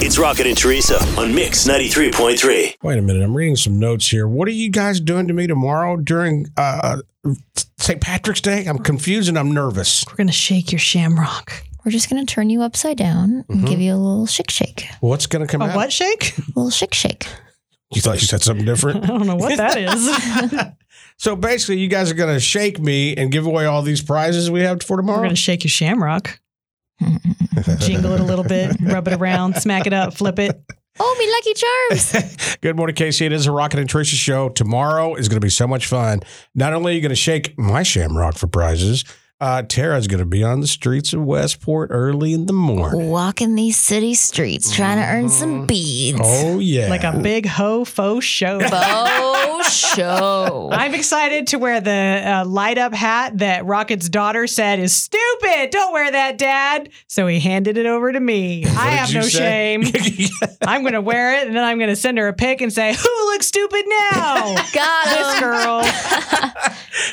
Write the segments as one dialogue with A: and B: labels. A: It's Rocket and Teresa on Mix 93.3.
B: Wait a minute, I'm reading some notes here. What are you guys doing to me tomorrow during uh, St. Patrick's Day? I'm confused and I'm nervous.
C: We're gonna shake your shamrock.
D: We're just going to turn you upside down and give you a little shake shake.
B: What's going to come
C: A
B: out?
C: what shake?
D: A little shake shake.
B: You thought you said something
C: I
B: different?
C: don't know what that is.
B: so basically, you guys are going to shake me and give away all these prizes we have for
C: We're
B: tomorrow?
C: gonna shake your shamrock, jingle it a little bit, rub it around, smack it up, flip it.
D: oh, me lucky charms.
B: Good morning, Casey. It is a Rocket and Tricia show. Tomorrow is going to be so much fun. Not only are you going to shake my shamrock for prizes, uh, Tara's going to be on the streets of Westport early in the morning.
D: Walking these city streets trying to earn some beads.
B: Oh, yeah.
C: Like a big ho fo show.
D: Bo show.
C: I'm excited to wear the uh, light up hat that Rocket's daughter said is stupid. Don't wear that, Dad. So he handed it over to me. I
B: did
C: have
B: you
C: no
B: say?
C: shame. I'm going to wear it and then I'm going to send her a pic and say, Who looks stupid now?
D: Got
C: this
D: him.
C: girl.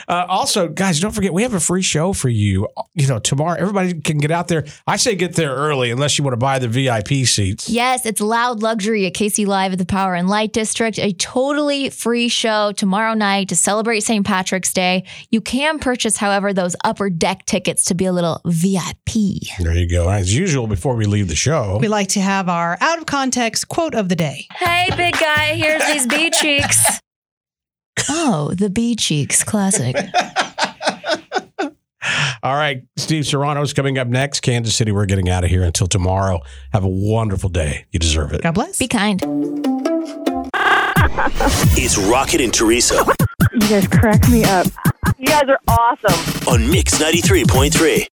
B: Uh, also, guys, don't forget we have a free show for you. You know, tomorrow everybody can get out there. I say get there early unless you want to buy the VIP seats.
D: Yes, it's Loud Luxury at KC Live at the Power and Light District, a totally free show tomorrow night to celebrate St. Patrick's Day. You can purchase, however, those upper deck tickets to be a little VIP.
B: There you go. As usual, before we leave the show,
C: We like to have our out of context quote of the day.
D: Hey, big guy, here's these bee cheeks. Oh, the bee cheeks, classic.
B: all right, Steve Serrano's coming up next. Kansas City, we're getting out of here until tomorrow. Have a wonderful day. You deserve it.
C: God bless.
D: Be kind.
A: It's Rocket and Teresa
E: You guys crack me up. You guys are awesome.
A: on Mix 93.3.